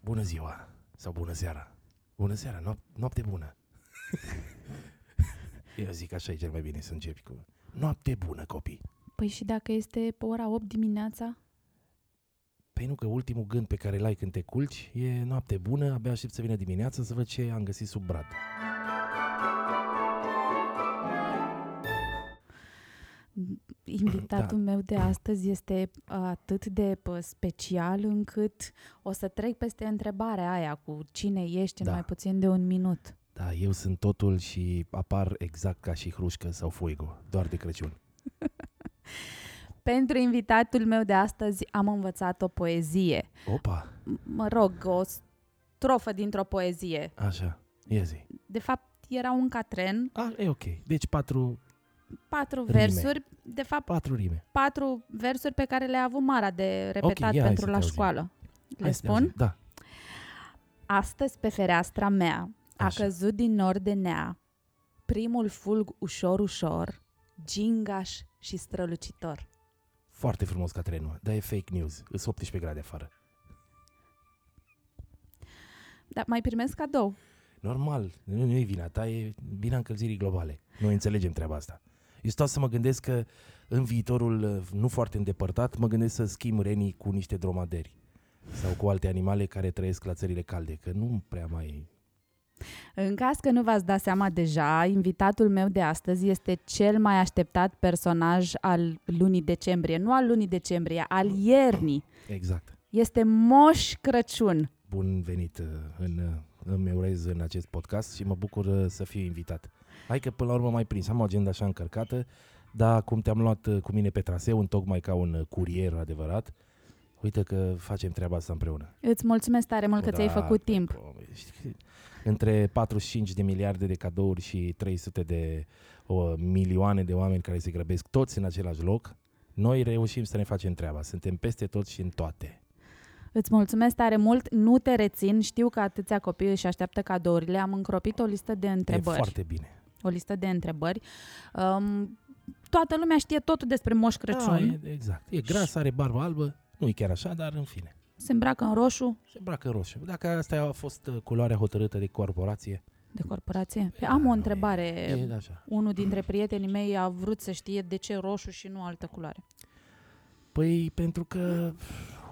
Bună ziua sau bună seara. Bună seara, noap- noapte bună. Eu zic așa e cel mai bine să începi cu noapte bună, copii. Păi și dacă este pe ora 8 dimineața? Păi nu că ultimul gând pe care l-ai când te culci e noapte bună, abia aștept să vină dimineața să văd ce am găsit sub brad. Invitatul Da. meu de astăzi este atât de pă, special încât o să trec peste întrebarea aia cu cine ești în Da. mai puțin de un minut. Da, eu sunt totul și apar exact ca și hrușcă sau fuego, doar de Crăciun. Pentru invitatul meu de astăzi am învățat o poezie. Opa, M- Mă rog, o strofă dintr-o poezie. așa, ia zi. De fapt, era un catren, A, e ok, deci patru, patru Rime. versuri, de fapt patru rime. patru versuri pe care le-a avut Mara de repetat ia, hai să pentru te la auzim. școală. Le Hai să te spun? auzim. Da, Astăzi pe fereastra mea a Așa. căzut din nor de nea primul fulg ușor-ușor, gingaș și strălucitor. foarte frumos ca trenul, dar e fake news, îs 18 grade afară. Dar mai primesc cadou. Normal, nu, nu e vina ta, e vina încălzirii globale. Noi înțelegem treaba asta. Eu stau să mă gândesc că în viitorul uh, nu foarte îndepărtat, mă gândesc să schimb renii cu niște dromaderi sau cu alte animale care trăiesc la țările calde, că nu prea mai... În caz că nu v-ați dat seama deja, invitatul meu de astăzi este cel mai așteptat personaj al lunii decembrie. Nu al lunii decembrie, al iernii. Exact. Este Moș Crăciun. Bun venit uh, în, uh, îmi urez în acest podcast și mă bucur uh, să fiu invitat. Hai că până la urmă mai prins, am o agenda așa încărcată, dar cum te-am luat uh, cu mine pe traseu, în tocmai ca un uh, curier adevărat, uite că facem treaba asta împreună. Îți mulțumesc tare mult că Da, ți-ai făcut pe timp. bune, știi că- Între 45 de miliarde de cadouri și 300 de o, milioane de oameni care se grăbesc toți în același loc, noi reușim să ne facem treaba. Suntem peste tot și în toate. Îți mulțumesc tare mult, nu te rețin, știu că atâția copii își așteaptă cadourile, am încropit o listă de E întrebări. foarte bine. O listă de întrebări. Um, toată lumea știe totul despre Moș Crăciun. Da, e, exact. E gras, are barbă albă, nu e chiar așa, dar în fine. Se îmbracă în roșu Se îmbracă în roșu. Dacă asta a fost uh, culoarea hotărâtă de corporație, de corporație. Da, Păi Am nu o e- întrebare. e da. așa. Unul dintre prietenii mei a vrut să știe de ce roșu și nu altă culoare. Păi pentru că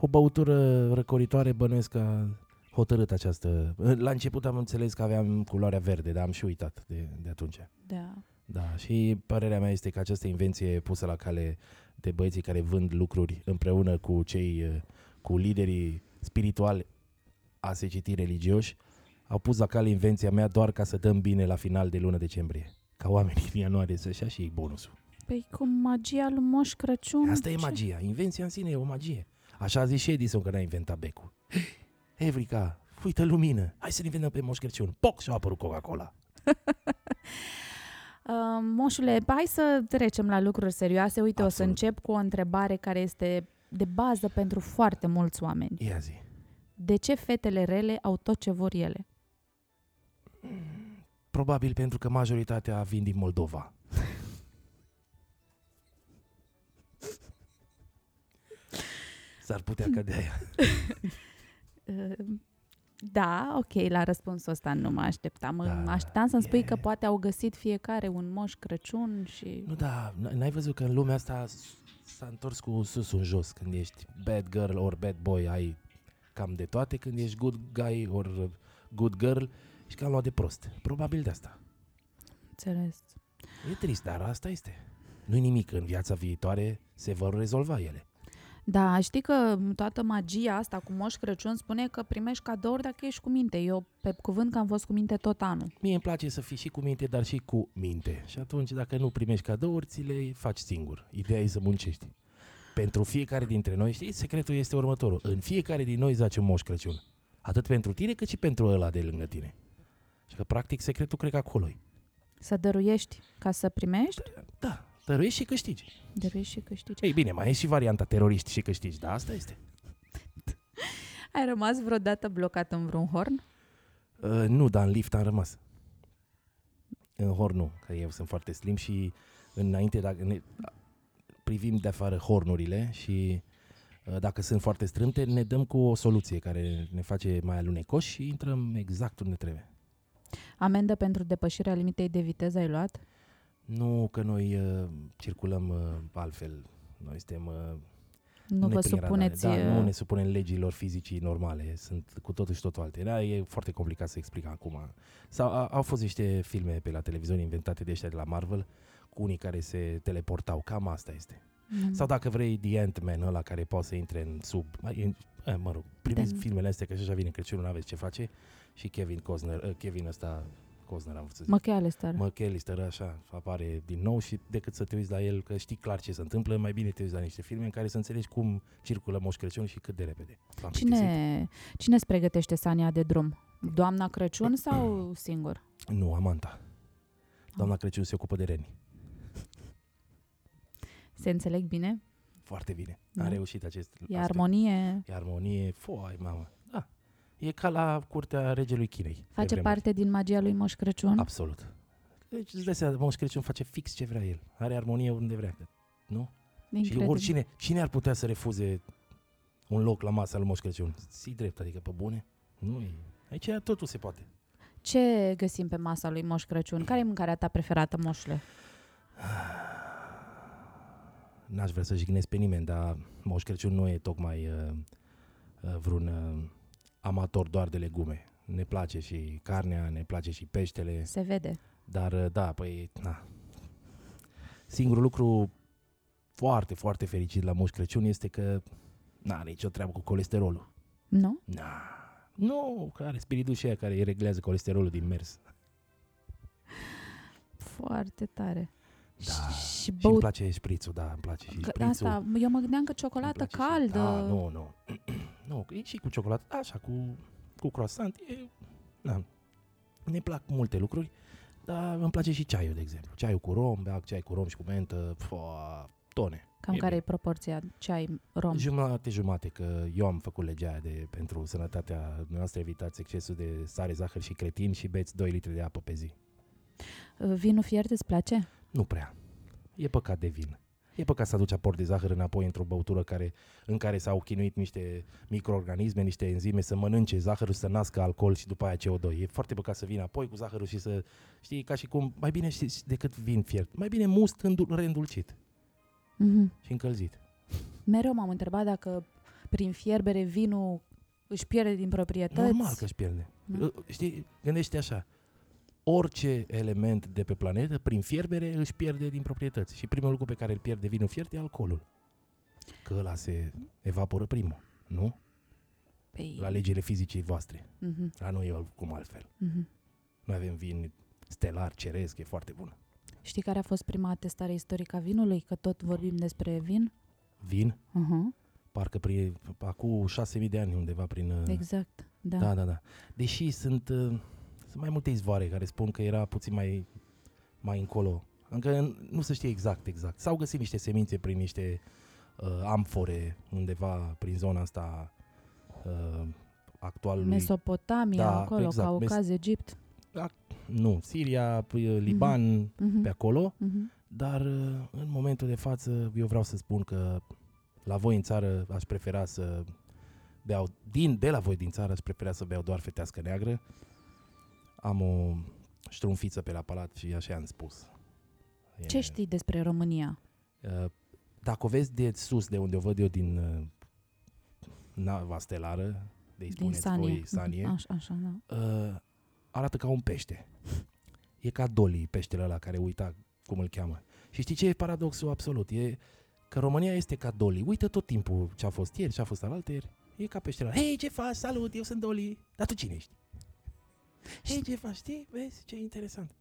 o băutură răcoritoare bănuiesc că a hotărât această... La început am înțeles că aveam culoarea verde, dar am și uitat de, de atunci. Da. Da, și părerea mea este că această invenție pusă la cale de băieții care vând lucruri împreună cu cei, eh, cu liderii spirituali a se citi religioși, au pus la cale invenția mea doar ca să dăm bine la final de lună decembrie. Ca oamenii din ianuarie să-și ia și ei bonusul. Păi cu magia lui Moș Crăciun... Asta e ce- magia. Invenția în sine e o magie. Așa a zis și Edison că n-a inventat becul. Evrica, uită lumină. Hai să-l inventăm pe Moș Crăciun. Poc și-a apărut Coca-Cola. Uh, moșule, hai să trecem la lucruri serioase. Uite, o să Absolut. încep cu o întrebare care este de bază pentru foarte mulți oameni. Ia zi. De ce fetele rele au tot ce vor ele? Probabil pentru că majoritatea vin din Moldova. S-ar putea că de aia. Uh, Da, ok, la răspunsul ăsta nu mă așteptam. Da, Da, așteptam să-mi spui e- că poate au găsit fiecare un moș Crăciun și... Nu, da, n- n-ai văzut că în lumea asta s- s-a întors cu sus în jos. Când ești bad girl or bad boy, ai cam de toate. Când ești good guy or good girl, ești cam luat de prost. Probabil de asta. Înțeles. E trist, dar asta este. nu nimic. În viața viitoare se vor rezolva ele. Da, știi că toată magia asta cu moș Crăciun spune că primești cadouri dacă ești cu minte. Eu, pe cuvânt, că am fost cu minte tot anul. Mie îmi place să fii și cu minte, dar și cu minte. Și atunci, dacă nu primești cadouri, ți le faci singur. Ideea e să muncești. Pentru fiecare dintre noi, știi, secretul este următorul. În fiecare din noi zace un moș Crăciun. Atât pentru tine, cât și pentru ăla de lângă tine. Și că, practic, secretul cred că acolo e. Să dăruiești ca să primești, Da, dăruiești și câștigi. dăruiești și câștigi. Ei bine, mai e și varianta teroriști și câștigi, dar asta este. Ai rămas vreodată blocat în vreun horn? Uh, nu, dar în lift am rămas. În hor nu, că eu sunt foarte slim și înainte, dacă ne privim de afară hornurile și dacă sunt foarte strâmte, ne dăm cu o soluție care ne face mai alunecoși și intrăm exact unde trebuie. Amendă pentru depășirea limitei de viteză ai luat? Nu că noi uh, circulăm uh, altfel, noi suntem... Uh, Nu ne vă prin supuneți... radare, Da, uh, nu ne supunem legilor fizicii normale, sunt cu totul și totul alte. Da, e foarte complicat să explic acum. Sau, a, au fost niște filme pe la televizor inventate de ăștia de la Marvel, cu unii care se teleportau, cam asta este. mm. Sau dacă vrei The Ant-Man ăla care poate să intre în sub... mai- În, eh, mă rog, primiți Da. filmele astea că și așa vine Crăciunul, n-aveți ce face. Și Kevin Costner, eh, Kevin ăsta, Costner am vrut să zic. Mă cheale, stară. McAllister așa apare din nou și decât să te uiți la el, că știi clar ce se întâmplă, mai bine te uiți la niște filme în care să înțelegi cum circulă Moș Crăciun și cât de repede. L-am plictisit? Cine, cine îți pregătește Sania de drum? Doamna Crăciun sau singur? Nu, Ah. Amanta. Doamna Crăciun se ocupă de reni. Se înțeleg bine? Foarte bine. Da. A reușit acest E aspect. armonie? E armonie, foai, mamă. Da. E ca la curtea regelui Chinei. pe Face vremuri. parte din magia lui Moș Crăciun? Absolut. Deci îți dai seama, Moș Crăciun face fix ce vrea el. Are armonie unde vrea. Nu? Incredibil. Și oricine, cine ar putea să refuze un loc la masa lui Moș Crăciun? Ții drept, adică pe bune? Nu e. Aici totul se poate. Ce găsim pe masa lui Moș Crăciun? Care e mâncarea ta preferată, moșule? N-aș vrea să jignesc pe nimeni, dar Moș Crăciun nu e tocmai uh, uh, vreun uh, amator doar de legume. Ne place și carnea, ne place și peștele. Se vede. Dar uh, da, păi, na. Singurul lucru foarte, foarte fericit la Moș Crăciun este că n-are nicio treabă cu colesterolul. Nu? Na. Nu, că are spiritul și aia care îi reglează colesterolul din mers. Foarte tare. Da. Și, și Și îmi băut... place șprițul, da, îmi place și Că, șprițul. asta, eu mă gândeam că îmi ciocolată place și- caldă. Da, nu, nu. nu, că e și cu ciocolată, așa, cu, cu croissant. E, da. Ne plac multe lucruri, dar îmi place și ceaiul, de exemplu. Ceaiul cu rom, beac ceai cu rom și cu mentă, foa, tone. Cam e care e bine. proporția ceai rom? Jumate, jumate, că eu am făcut legea aia de pentru sănătatea noastră, evitați excesul de sare, zahăr și cretin și beți 2 litri de apă pe zi. Vinul fiert îți place? Nu prea. E păcat de vin. E păcat să aduci aport de zahăr înapoi într-o băutură care, în care s-au chinuit niște microorganisme, niște enzime, să mănânce zahărul, să nască alcool și după aia CO2. E foarte păcat să vină apoi cu zahărul și să, știi, ca și cum, mai bine știi, decât vin fiert, mai bine must îndul- reîndulcit Mhm. și încălzit. Mereu m-am întrebat dacă prin fierbere vinul își pierde din proprietăți. Normal că își pierde. Da. Uh, Știi, gândește așa. Orice element de pe planetă, prin fierbere, își pierde din proprietăți. Și primul lucru pe care îl pierde vinul fiert e alcoolul. Că ăla se evaporă primul, nu? Păi, La legile fizicii voastre. mhm, La noi e cum altfel. mhm. Noi avem vin stelar, ceresc, e foarte bun. Știi care a fost prima atestare istorică a vinului? Că tot vorbim despre vin? Vin, Uh-huh. parcă prin, acum 6.000 de ani undeva prin... uh, Exact, da. Da, da, da. Deși sunt, uh, sunt mai multe izvoare care spun că era puțin mai, mai încolo. Încă n- nu se știe exact, exact. S-au găsit niște semințe prin niște uh, amfore undeva prin zona asta uh, actualului. Mesopotamia, Da, acolo, exact, mes- Caucaz, Egipt. nu, Siria, p- Liban, mm-hmm. Mhm, pe acolo. mhm. Dar uh, în momentul de față eu vreau să spun că la voi în țară aș prefera să beau, din, de la voi din țară aș prefera să beau doar fetească neagră. Am o ștrunfiță pe la palat și așa am spus. E- Ce știi despre România? Uh, Dacă o vezi de sus, de unde o văd eu din uh, nava stelară, de îi Din spuneți Sanie. voi Mhm, Sanie, Așa, așa, da. uh, arată ca un pește. E ca Dolly, peștele ăla care uita cum îl cheamă. Și știi ce e paradoxul absolut? E că România este ca Dolly. Uită tot timpul ce a fost ieri, ce a fost alaltăieri. E ca peștele ăla. Hei, ce faci? Salut, eu sunt Dolly. Dar tu cine ești? Hei, ce faci? Știi? Vezi ce interesant.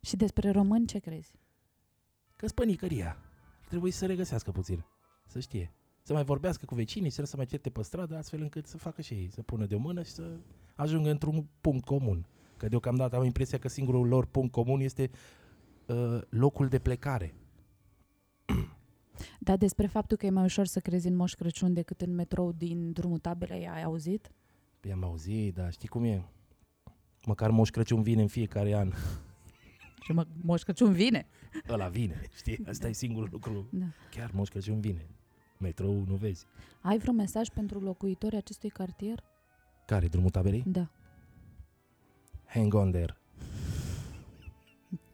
Și despre români ce crezi? Că spănicăria. Trebuie să se regăsească puțin. Să știe. Să mai vorbească cu vecinii, să nu se mai certe pe stradă, astfel încât să facă și ei, să pună de o mână și să ajungă într-un punct comun. Că deocamdată am impresia că singurul lor punct comun este uh, locul de plecare. Dar despre faptul că e mai ușor să crezi în Moș Crăciun decât în metrou din drumul tabelei, ai auzit? Păi am auzit, dar știi cum e? Măcar Moș Crăciun vine în fiecare an. Și mă, Moș Crăciun vine! Ăla vine, știi? Asta e singurul lucru. Da. Chiar Moș Crăciun vine. metrou nu vezi. Ai vreun mesaj pentru locuitorii acestui cartier? Care, drumul taberei? Da. Hang on there.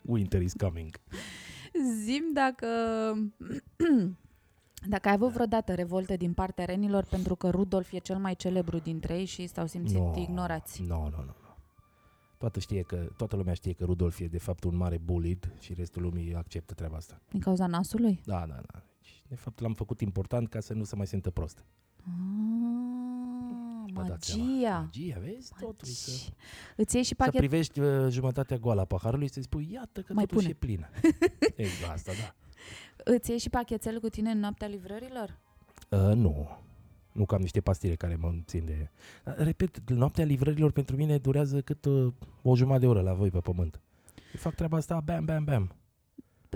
Winter is coming. Zim dacă... Dacă ai avut vreodată revolte din partea renilor pentru că Rudolf e cel mai celebru dintre ei și s-au simțit no. ignorați. Nu, nu, nu. Toată, știe că, toată lumea știe că Rudolf e de fapt un mare bulid și restul lumii acceptă treaba asta. Din cauza nasului? Da, da, da. Și de fapt l-am făcut important ca să nu se mai simtă prost. Ah, Vă dați seama. magia! Magia, vezi? Totul e să... Îți iei și Să pachet... privești uh, jumătatea goală a paharului și să-i spui, iată că Mai Mai totuși pune. e plină. exact, asta, da. Îți iei și pachetel cu tine în noaptea livrărilor? Uh, nu. Nu că am niște pastile care mă țin de... Dar, Repet, noaptea livrărilor pentru mine durează cât uh, o jumătate de oră la voi pe pământ. Eu fac treaba asta, bam, bam, bam.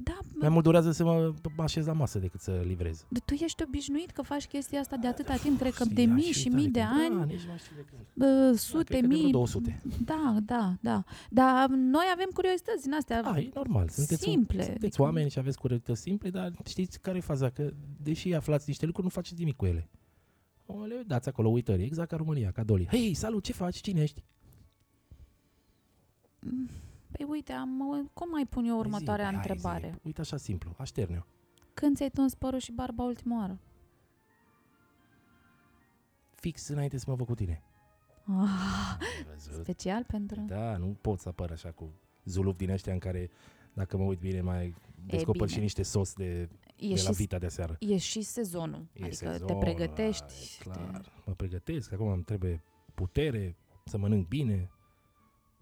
Da, Mai mult durează să mă mă așez la masă decât să livrez. d- tu ești obișnuit că faci chestia asta de atâta timp, cred că Da. Și de aș mii uita și mii de când. ani, Da, nici nu mai știu de când. bă, Da, sute, cred că de vreo mii. 200. Da, da, da. Dar noi avem curiozități din astea. Da, e normal. Sunteți, Simple, sunteți adică- oameni și aveți curățități simple, dar știți care e faza? Că deși aflați niște lucruri, nu faceți nimic cu ele. O, le dați acolo uitări, exact ca România, ca Doli. Hei, salut, ce faci? Cine ești? Păi uite, am, cum mai pun eu Păi zi, următoarea păi hai, întrebare? zi. Uite așa simplu, așterne Când ți-ai tuns părul și barba ultima oară? Fix înainte să mă văd cu tine. Ah, Ai văzut? special pentru... Da, nu pot să apar așa cu zuluf din ăștia în care, dacă mă uit bine, mai descoper bine. și niște sos de, E de la și, vita de seară. e și sezonul. E adică te sezonul, pregătești. da, e te- clar. Mă pregătesc, acum îmi trebuie putere, să mănânc bine,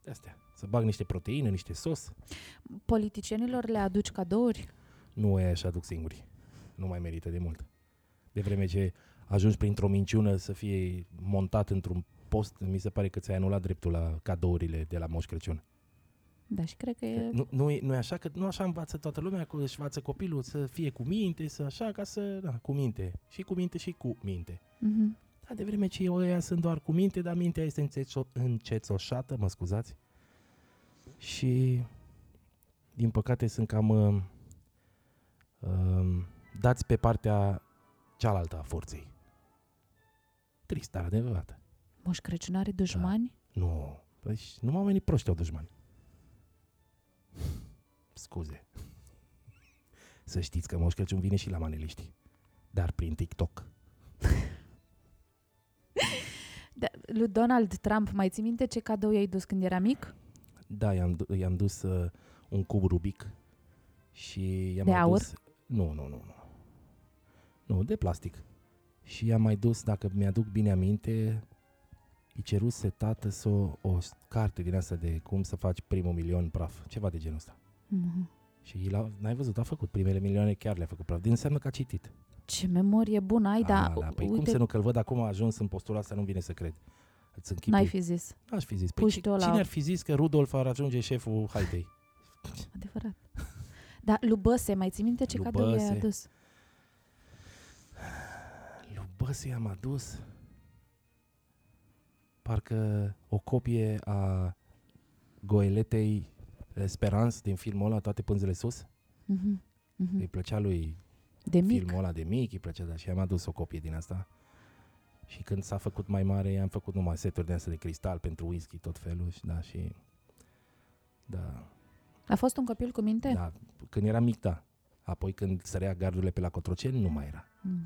de astea. Să bag niște proteine, niște sos. Politicienilor le aduci cadouri? Nu e așa duc singuri. Nu mai merită de mult. De vreme ce ajungi printr-o minciună să fie montat într-un post, mi se pare că ți-ai anulat dreptul la cadourile de la Moș Crăciun. Da, și cred că e... Nu, nu, e, nu e așa că nu așa învață toată lumea, că își învață copilul să fie cu minte, să așa, ca să, da, cu minte. Și cu minte și cu minte. Mhm. Da, de vreme ce ăia sunt doar cu minte, dar mintea este înțețo- încețoșată, mă scuzați. Și, din păcate, sunt cam um, um, dați pe partea cealaltă a forței. Trist, dar adevărată. Moș Crăciun are dușmani? Nu, deci numai oamenii proști au dușmani. Scuze. Să știți că Moș Crăciun vine și la maneliști, dar prin TikTok. Da. Lui Donald Trump, mai ții minte ce cadou i-ai dus când era mic? Da, i-am, du- i-am dus uh, un cub rubic și i-am De mai aur? dus... Nu, nu, nu, nu. Nu, de plastic. Și i-am mai dus, dacă mi-aduc bine aminte, îi ceruse tată să o, o s- carte din asta de cum să faci primul milion praf, ceva de genul ăsta. Mhm. Și l-a, n-ai văzut, a făcut primele milioane, chiar le-a făcut praf. Din înseamnă că a citit. Ce memorie bună ai, da, da, păi cum uite, să nu, că-l văd acum a ajuns în postura asta, nu vine să cred. Îți închipui. n-ai fi zis. N-aș fi zis. Păi, Puști ci- tu la- cine ar fi zis că Rudolf ar ajunge șeful haitei? Adevărat. Dar lui Băse, mai ții minte ce Lui cadou i-ai Băse. adus? Lui Băse i-am adus parcă o copie a goeletei Speranț din filmul ăla, toate pânzele sus. Mhm. Mhm. Îi plăcea lui De mic. filmul ăla de mic, îi plăcea, da, și am adus o copie din asta. Și când s-a făcut mai mare, am făcut numai seturi de astea de cristal pentru whisky, tot felul, și da, și... Da, A fost un copil cu minte? da, când era mic, da. Apoi când sărea gardurile pe la Cotroceni, nu mai era. Mm.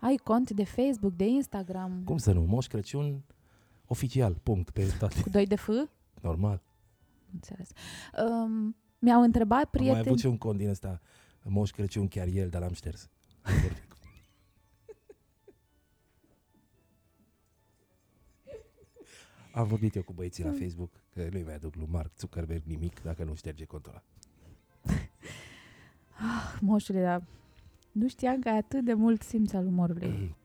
Ai cont de Facebook, de Instagram, Cum să nu? Moș Crăciun oficial, punct, pe toate. cu doi de F? Normal. Înțeles. Um, mi-au întrebat Prieteni. Am mai prieteni... avut și un cont din ăsta, Moș Crăciun chiar el, dar l-am șters. Am vorbit cu- Am vorbit eu cu băieții Mm. la Facebook că nu-i mai aduc lui Mark Zuckerberg nimic dacă nu șterge contul ăla. Moșule, dar nu știam că ai atât de mult simț al umorului.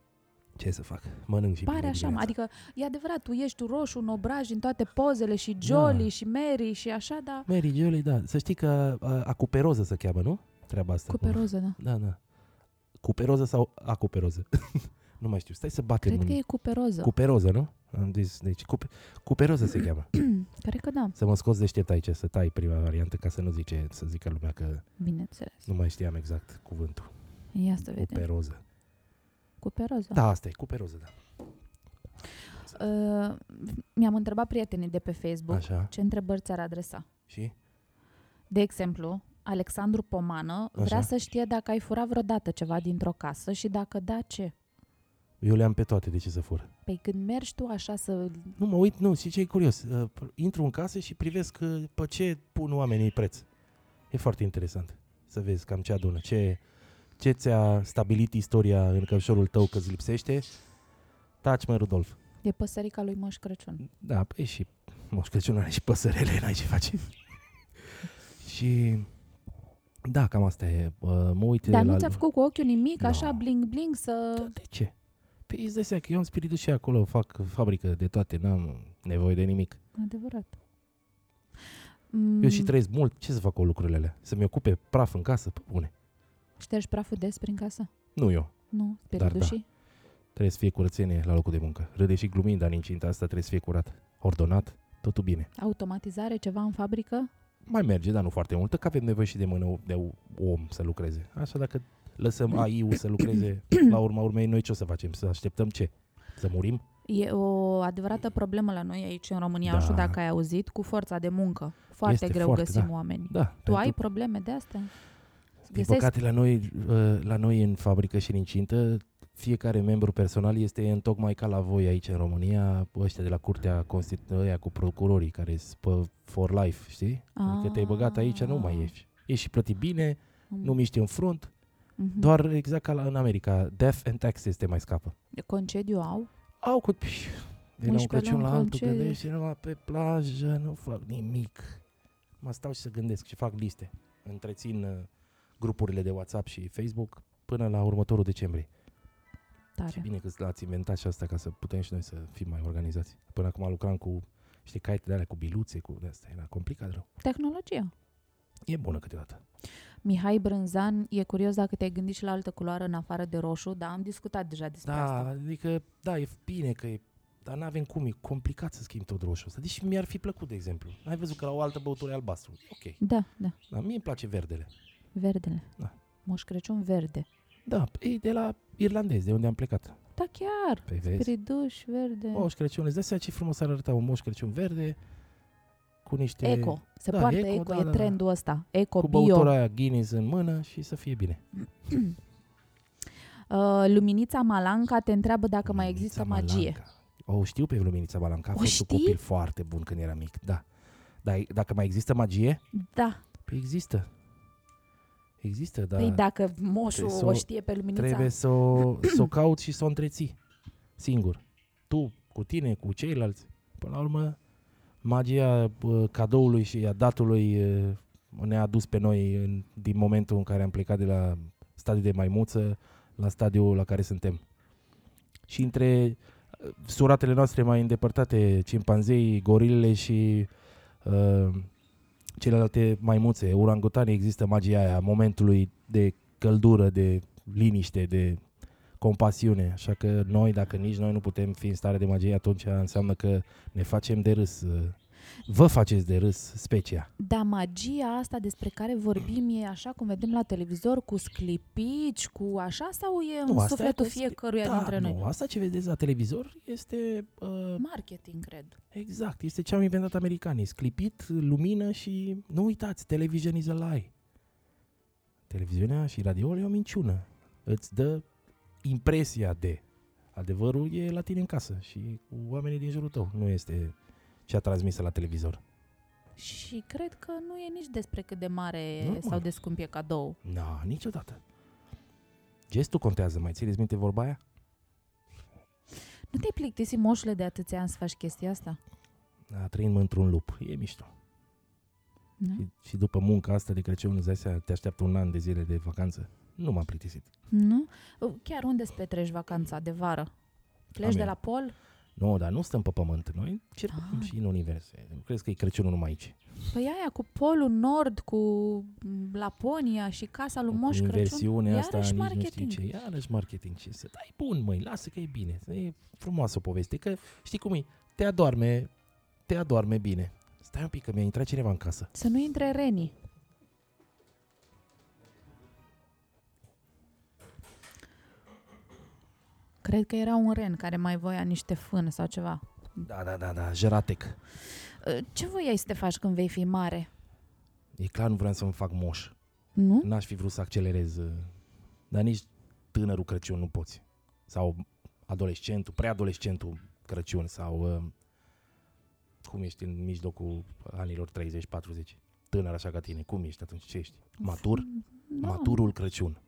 Ce să fac? Mănânc și Pare Mm, bine așa, mă, dimineața. adică e adevărat, tu ești roșu, un obraj în toate pozele și Jolly Da. și Mary și așa, dar Mary Jolie, da. Să știi că a, acuperoză se cheamă, nu? Treaba asta. cu peroză, da. Da, da. Cuperoză sau acuperoză? nu mai știu. Stai să batem Cred în... că e cu peroză. Cuperoză, nu? Am zis, deci cupe, cuperoză se cheamă. Cred că da, Să mă scoți deștept aici, să tai prima variantă ca să nu zice, să zică lumea că bineînțeles. nu mai știam exact cuvântul. Ia să vedem. Cuperoză. Cu peroză. Da, asta e, cu peroză, da. Uh, mi-am întrebat prietenii de pe Facebook Așa. ce întrebări ți-ar adresa. Și? De exemplu, Alexandru Pomană vrea Așa. să știe dacă ai furat vreodată ceva dintr-o casă și dacă da, ce? Eu le-am pe toate, de ce să fur? Păi când mergi tu așa să... Nu mă uit, nu, și ce e curios, uh, p- intru în casă și privesc uh, pe ce pun oamenii preț. E foarte interesant să vezi cam ce adună, ce, ce ți-a stabilit istoria în căpșorul tău că îți lipsește. Taci, mă, Rudolf. E păsărica lui Moș Crăciun. Da, păi și Moș Crăciun are și păsărele, n-ai ce face. și da, cam asta e. Uh, Mă uit Dar la... nu ți-a făcut cu ochiul nimic, Nu. așa bling-bling să... Da, de ce? Păi îți dai seama că eu am spiritul și acolo, fac fabrică de toate, n-am nevoie de nimic. Adevărat. Mm. Mm, Eu și trăiesc mult, ce să fac cu lucrurile alea? Să-mi ocupe praf în casă? Păi Bune. Ștergi praful des prin casă? Nu eu. Nu? Dar da. Spiridușii? Trebuie să fie curățenie la locul de muncă. Râde și glumind, dar în incinta asta trebuie să fie curat. Ordonat, totul bine. Da. Automatizare, ceva în fabrică? Mai merge, dar nu foarte multă, că avem nevoie și de mână de om să lucreze. Așa dacă lăsăm AI-ul să lucreze, la urma urmei, noi ce o să facem? Să așteptăm ce? Să murim? E o adevărată problemă la noi aici în România, Da. nu știu dacă ai auzit, cu forța de muncă. Foarte Este greu foarte, găsim da. oameni. Da. Tu ai probleme de astea? Din Găsești- păcate, la noi, uh, la noi în fabrică și în incintă, fiecare membru personal este în tocmai ca la voi aici în România, ăștia de la curtea constituției cu procurorii care sunt pe for life, știi? Adică te-ai băgat aici, nu mai ești. Ești și plătit bine, nu miști în front, Mhm. doar exact ca la, în America, death and taxes te mai scapă. Concediu au? Au cu... De la un 11 Crăciun la luni altul concediu. gândește numai pe plajă, nu fac nimic. Mă stau și să gândesc și fac liste. Întrețin uh, grupurile de WhatsApp și Facebook până la următorul decembrie. Și Tare. bine că l-ați inventat și asta ca să putem și noi să fim mai organizați. Până acum lucram cu știi, caiete de alea cu biluțe, cu de asta era complicat rău. Tehnologia. E bună câteodată. Mihai Brânzan, e curios dacă te-ai gândit și la altă culoare în afară de roșu, dar am discutat deja despre Da, asta. adică, da, e bine că e dar n-avem cum, e complicat să schimbi tot roșu ăsta. Deși mi-ar fi plăcut, de exemplu. Ai văzut că la o altă băutură e albastru. Ok. Da, da. Dar mie îmi place verdele. Verdele. Da. Moș Crăciun verde. Da, e de la irlandez, de unde am plecat. Da, chiar. Păi vezi? Priduș, verde. Moș Crăciun, îți dai seama ce frumos ar arăta un moș Crăciun verde cu niște... Eco. Se Da, poartă eco, eco, da, e da, da. trendul ăsta. Eco, Cu bio. băutura aia Guinness în mână și să fie bine. Uh, Luminița Malanca te întreabă dacă mai există Luminița magie. Malanca. O știu pe Luminița Malanca, a O fost știi? un copil foarte bun când era mic, da. Dar e- dacă mai există magie? Da. Păi există. Există, dar Păi dacă moșul Da. Trebuie să o o- știe pe Luminița. trebuie să o, să o cauți și să o întreții singur. Tu, cu tine, cu ceilalți. Până la urmă, magia bă, cadoului și a datului e, ne-a adus pe noi în, din momentul în care am plecat de la stadiul de maimuță la stadiul la care suntem. Și între uh, suratele noastre mai îndepărtate, cimpanzei, gorilele și uh, celelalte maimuțe, urangutane, există magia aia, a momentului de căldură, de liniște, de compasiune. Așa că noi, dacă nici noi nu putem fi în stare de magie, atunci înseamnă că ne facem de râs. uh, Vă faceți de râs specia. Dar magia asta despre care vorbim e așa cum vedem la televizor, cu sclipici, cu așa, sau e Nu, în asta sufletul e că- fiecăruia dintre Da, nu, noi? asta ce vedeți la televizor este uh, Marketing, cred. exact, este ce au inventat americanii. Sclipit, lumină și nu uitați, television is a lie. Televiziunea și radioul e o minciună. Îți dă impresia de. Adevărul e la tine în casă și cu oamenii din jurul tău. Nu este cea transmisă la televizor. Și cred că nu e nici despre cât de mare Normal. sau de scump e cadou. Na, niciodată. Gestul contează, mai țineți minte vorba aia? Nu te-ai plictisit, moșule, de atâția ani să faci chestia asta? A, trăim într-un lup, e mișto. Da? Și, și după munca asta de Crăciun, îți dai seama, te așteaptă un an de zile de vacanță. Nu m-am plictisit. Nu? Chiar unde îți petreci vacanța de vară? Pleci Amin. de la pol? Nu, dar nu stăm pe pământ, noi circulăm Ah. și în univers. Nu crezi că e Crăciunul numai aici. Păi aia cu polul nord, cu m, Laponia și casa lui Moș Crăciun. Inversiunea asta, Iarăși nici marketing. nu știu ce. Iarăși marketing. Ce să dai bun, măi, lasă că e bine. E frumoasă o poveste, că știi cum e, te adorme, te adorme bine. Stai un pic că mi-a intrat cineva în casă. Să nu intre renii. Cred că era un ren care mai voia niște fân sau ceva. Ă, Da, da, da, da, Jeratec. Ce voiai să te faci când vei fi mare? E clar, nu vreau să-mi fac moș. Nu? N-aș fi vrut să accelerez, uh, dar nici tânărul Crăciun nu poți. Sau adolescentul, preadolescentul Crăciun sau uh, cum ești în mijlocul anilor 30-40. Tânăr așa ca tine, cum ești atunci, ce ești? Matur? Da, Maturul Crăciun.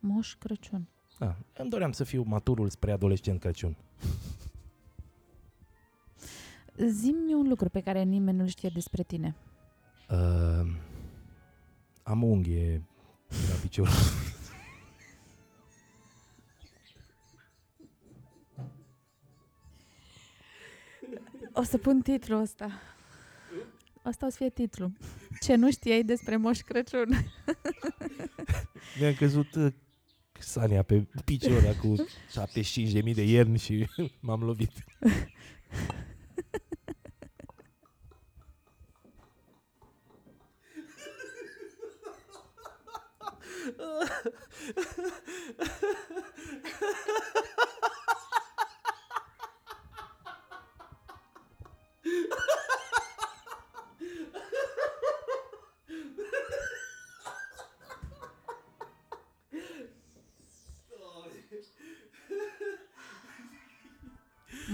Moș Crăciun. Da. Îmi doream să fiu maturul spre adolescent Crăciun. Zim-mi un lucru pe care nimeni nu știe despre tine. Uh, am o unghie la picior. O să pun titlul ăsta. Asta o să fie titlul. Ce nu știai despre Moș Crăciun? Mi-a căzut uh, Sania pe picior cu 75.000 de ierni și m-am lovit.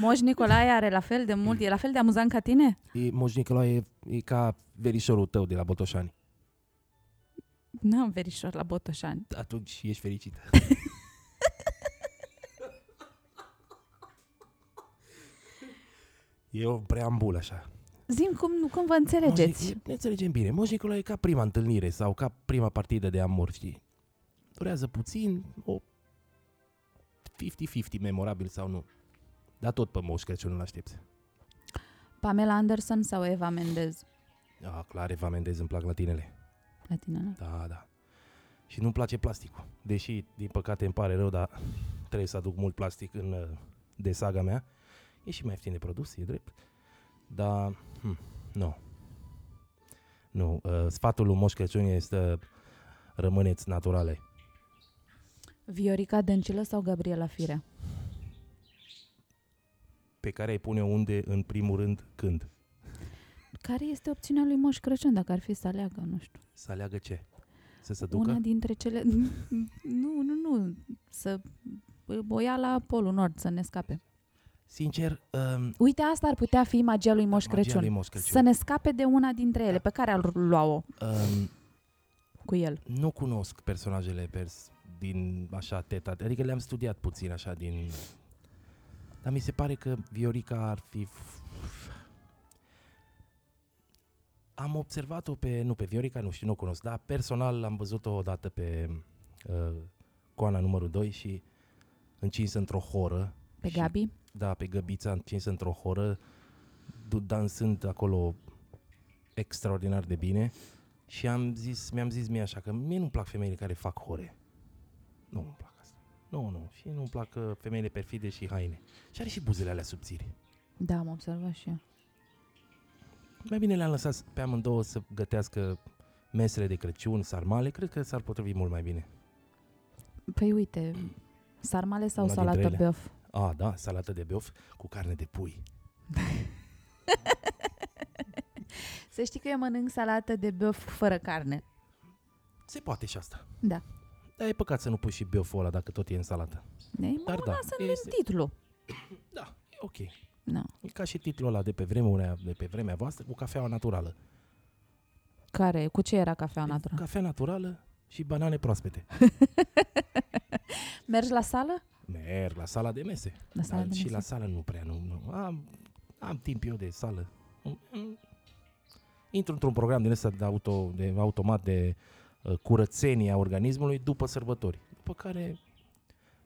Moș Nicolae are la fel de mult, e la fel de amuzant ca tine? E, Moș Nicolae e, e ca verișorul tău de la Botoșani. Nu am verișor la Botoșani. Atunci ești fericită. e un preambul așa. Zim cum, cum vă înțelegeți. Moșnic- Ne înțelegem bine. Moș Nicolae e ca prima întâlnire sau ca prima partidă de amor, știi? Durează puțin, o 50-50 memorabil sau nu. Dar tot pe Moș Crăciunul aștepți. Pamela Anderson sau Eva Mendez? Ah, clar, Eva Mendez îmi plac la tinele. La tine, nu? Da, da. Și nu-mi place plasticul. Deși, din păcate, îmi pare rău, dar trebuie să aduc mult plastic în uh, de saga mea. E și mai ieftin de produs, e drept. Dar, hm, nu. Nu, uh, sfatul lui Moș Crăciun este uh, rămâneți naturale. Viorica Dăncilă sau Gabriela Firea? Pe care ai pune unde, în primul rând, când? Care este opțiunea lui Moș Crăciun, dacă ar fi să aleagă, nu știu. Să aleagă ce? Să se ducă? Una dintre cele... Nu, nu, nu. Să o ia la Polul Nord, să ne scape. Sincer, um, Uite, asta ar putea fi magia lui Moș Da, magia Crăciun. lui Moș Crăciun. Să ne scape de una dintre ele, Da. pe care ar lua-o um, cu el. nu cunosc personajele pers din așa teta, adică le-am studiat puțin așa din... Dar mi se pare că Viorica ar fi... Am observat-o pe... Nu, pe Viorica nu știu, nu o cunosc, dar personal am văzut-o odată pe uh, coana numărul 2 și încinsă într-o horă. Pe și- Gabi? da, pe găbița încinsă într-o horă, du- dansând acolo extraordinar de bine și am zis, mi-am zis mie așa că mie nu-mi plac femeile care fac hore. Nu îmi plac asta. Nu, nu. Și nu-mi plac uh, femeile perfide și haine. Și are și buzele alea subțiri. Da, am observat și eu. Mai bine le-am lăsat s- pe amândouă să gătească mesele de Crăciun, sarmale, cred că s-ar potrivi mult mai bine. Păi uite, sarmale sau Una dintre salată ele. băf? A, da, salată de beof cu carne de pui. Să știi că eu mănânc salată de băf fără carne. Se poate și asta. Da. Dar e păcat să nu pui și beoful ăla dacă tot e în salată. Ne mă Dar da, lasă în este- titlu. Da, e ok. No. E ca și titlul ăla de pe vremea, de pe vremea voastră cu cafeaua naturală. Care? Cu ce era cafea naturală? Cafea naturală și banane proaspete. Mergi la sală? Merg la sala de mese. La sală Dar de Da, și mese? la sală nu prea, nu. nu. Am, am timp eu de sală. Mm. Intru într-un program din ăsta de, auto, de automat de uh, curățenie a organismului după sărbători. După care,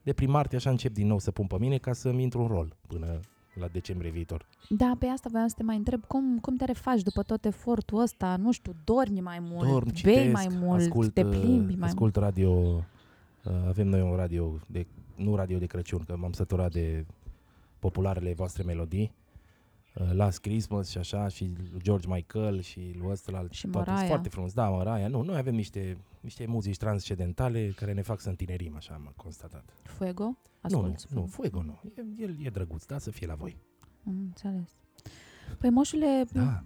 de primarte, așa încep din nou să pun pe mine ca să-mi intru în rol până la decembrie viitor. Da, pe asta voiam să te mai întreb. Cum, cum te refaci după tot efortul ăsta? Nu știu, dormi mai mult, Dorm, bei citesc, mai mult, ascult, te uh, plimbi mai mult. Ascult radio, uh, avem noi un radio, de, nu radio de Crăciun, că m-am săturat de popularele voastre melodii. uh, Last Christmas și așa, și lui George Michael și lui ăsta, Și toate sunt Mariah. foarte frumos. Da, Maraia, nu, noi avem niște, niște muzici transcendentale care ne fac să întinerim, așa am constatat. Fuego? nu, Asculți? nu, nu, Fuego nu. E- El e drăguț, da, să fie la voi. Am înțeles. Păi, moșule, Da.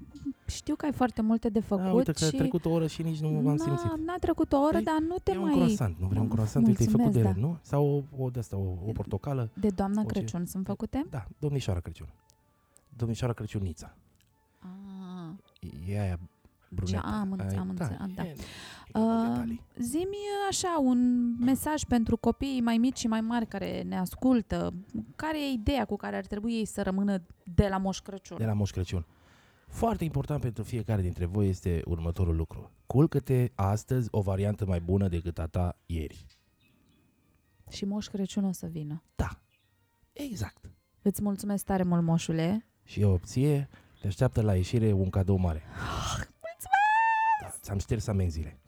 știu că ai foarte multe de făcut A, uite că și... a trecut o oră și nici nu m-am simțit. N-a, n-a trecut o oră, Ei, dar nu te E un mai... croissant, nu vrei un Mul- croissant, uite, e făcut de mulțumesc, da. nu? Sau o, o de asta, o, o portocală. De doamna Orice. Crăciun sunt făcute? Da, domnișoara Crăciun. Domnișoara Crăciunița. Ah, E aia brunetă. Ce- am înțe- Ai- am înțe- am- da. E, uh, detalii. Zimi așa un mesaj pentru copiii mai mici și mai mari care ne ascultă. Care e ideea cu care ar trebui ei să rămână de la Moș Crăciun? de la Moș Crăciun. Foarte important pentru fiecare dintre voi este următorul lucru. Culcă-te astăzi o variantă mai bună decât a ta ieri. Și Moș Crăciun o să vină. Da, exact. Îți mulțumesc tare mult, moșule. Și e o Ah, opție, te așteaptă la ieșire un cadou mare. Da, ți-am șters amenziile.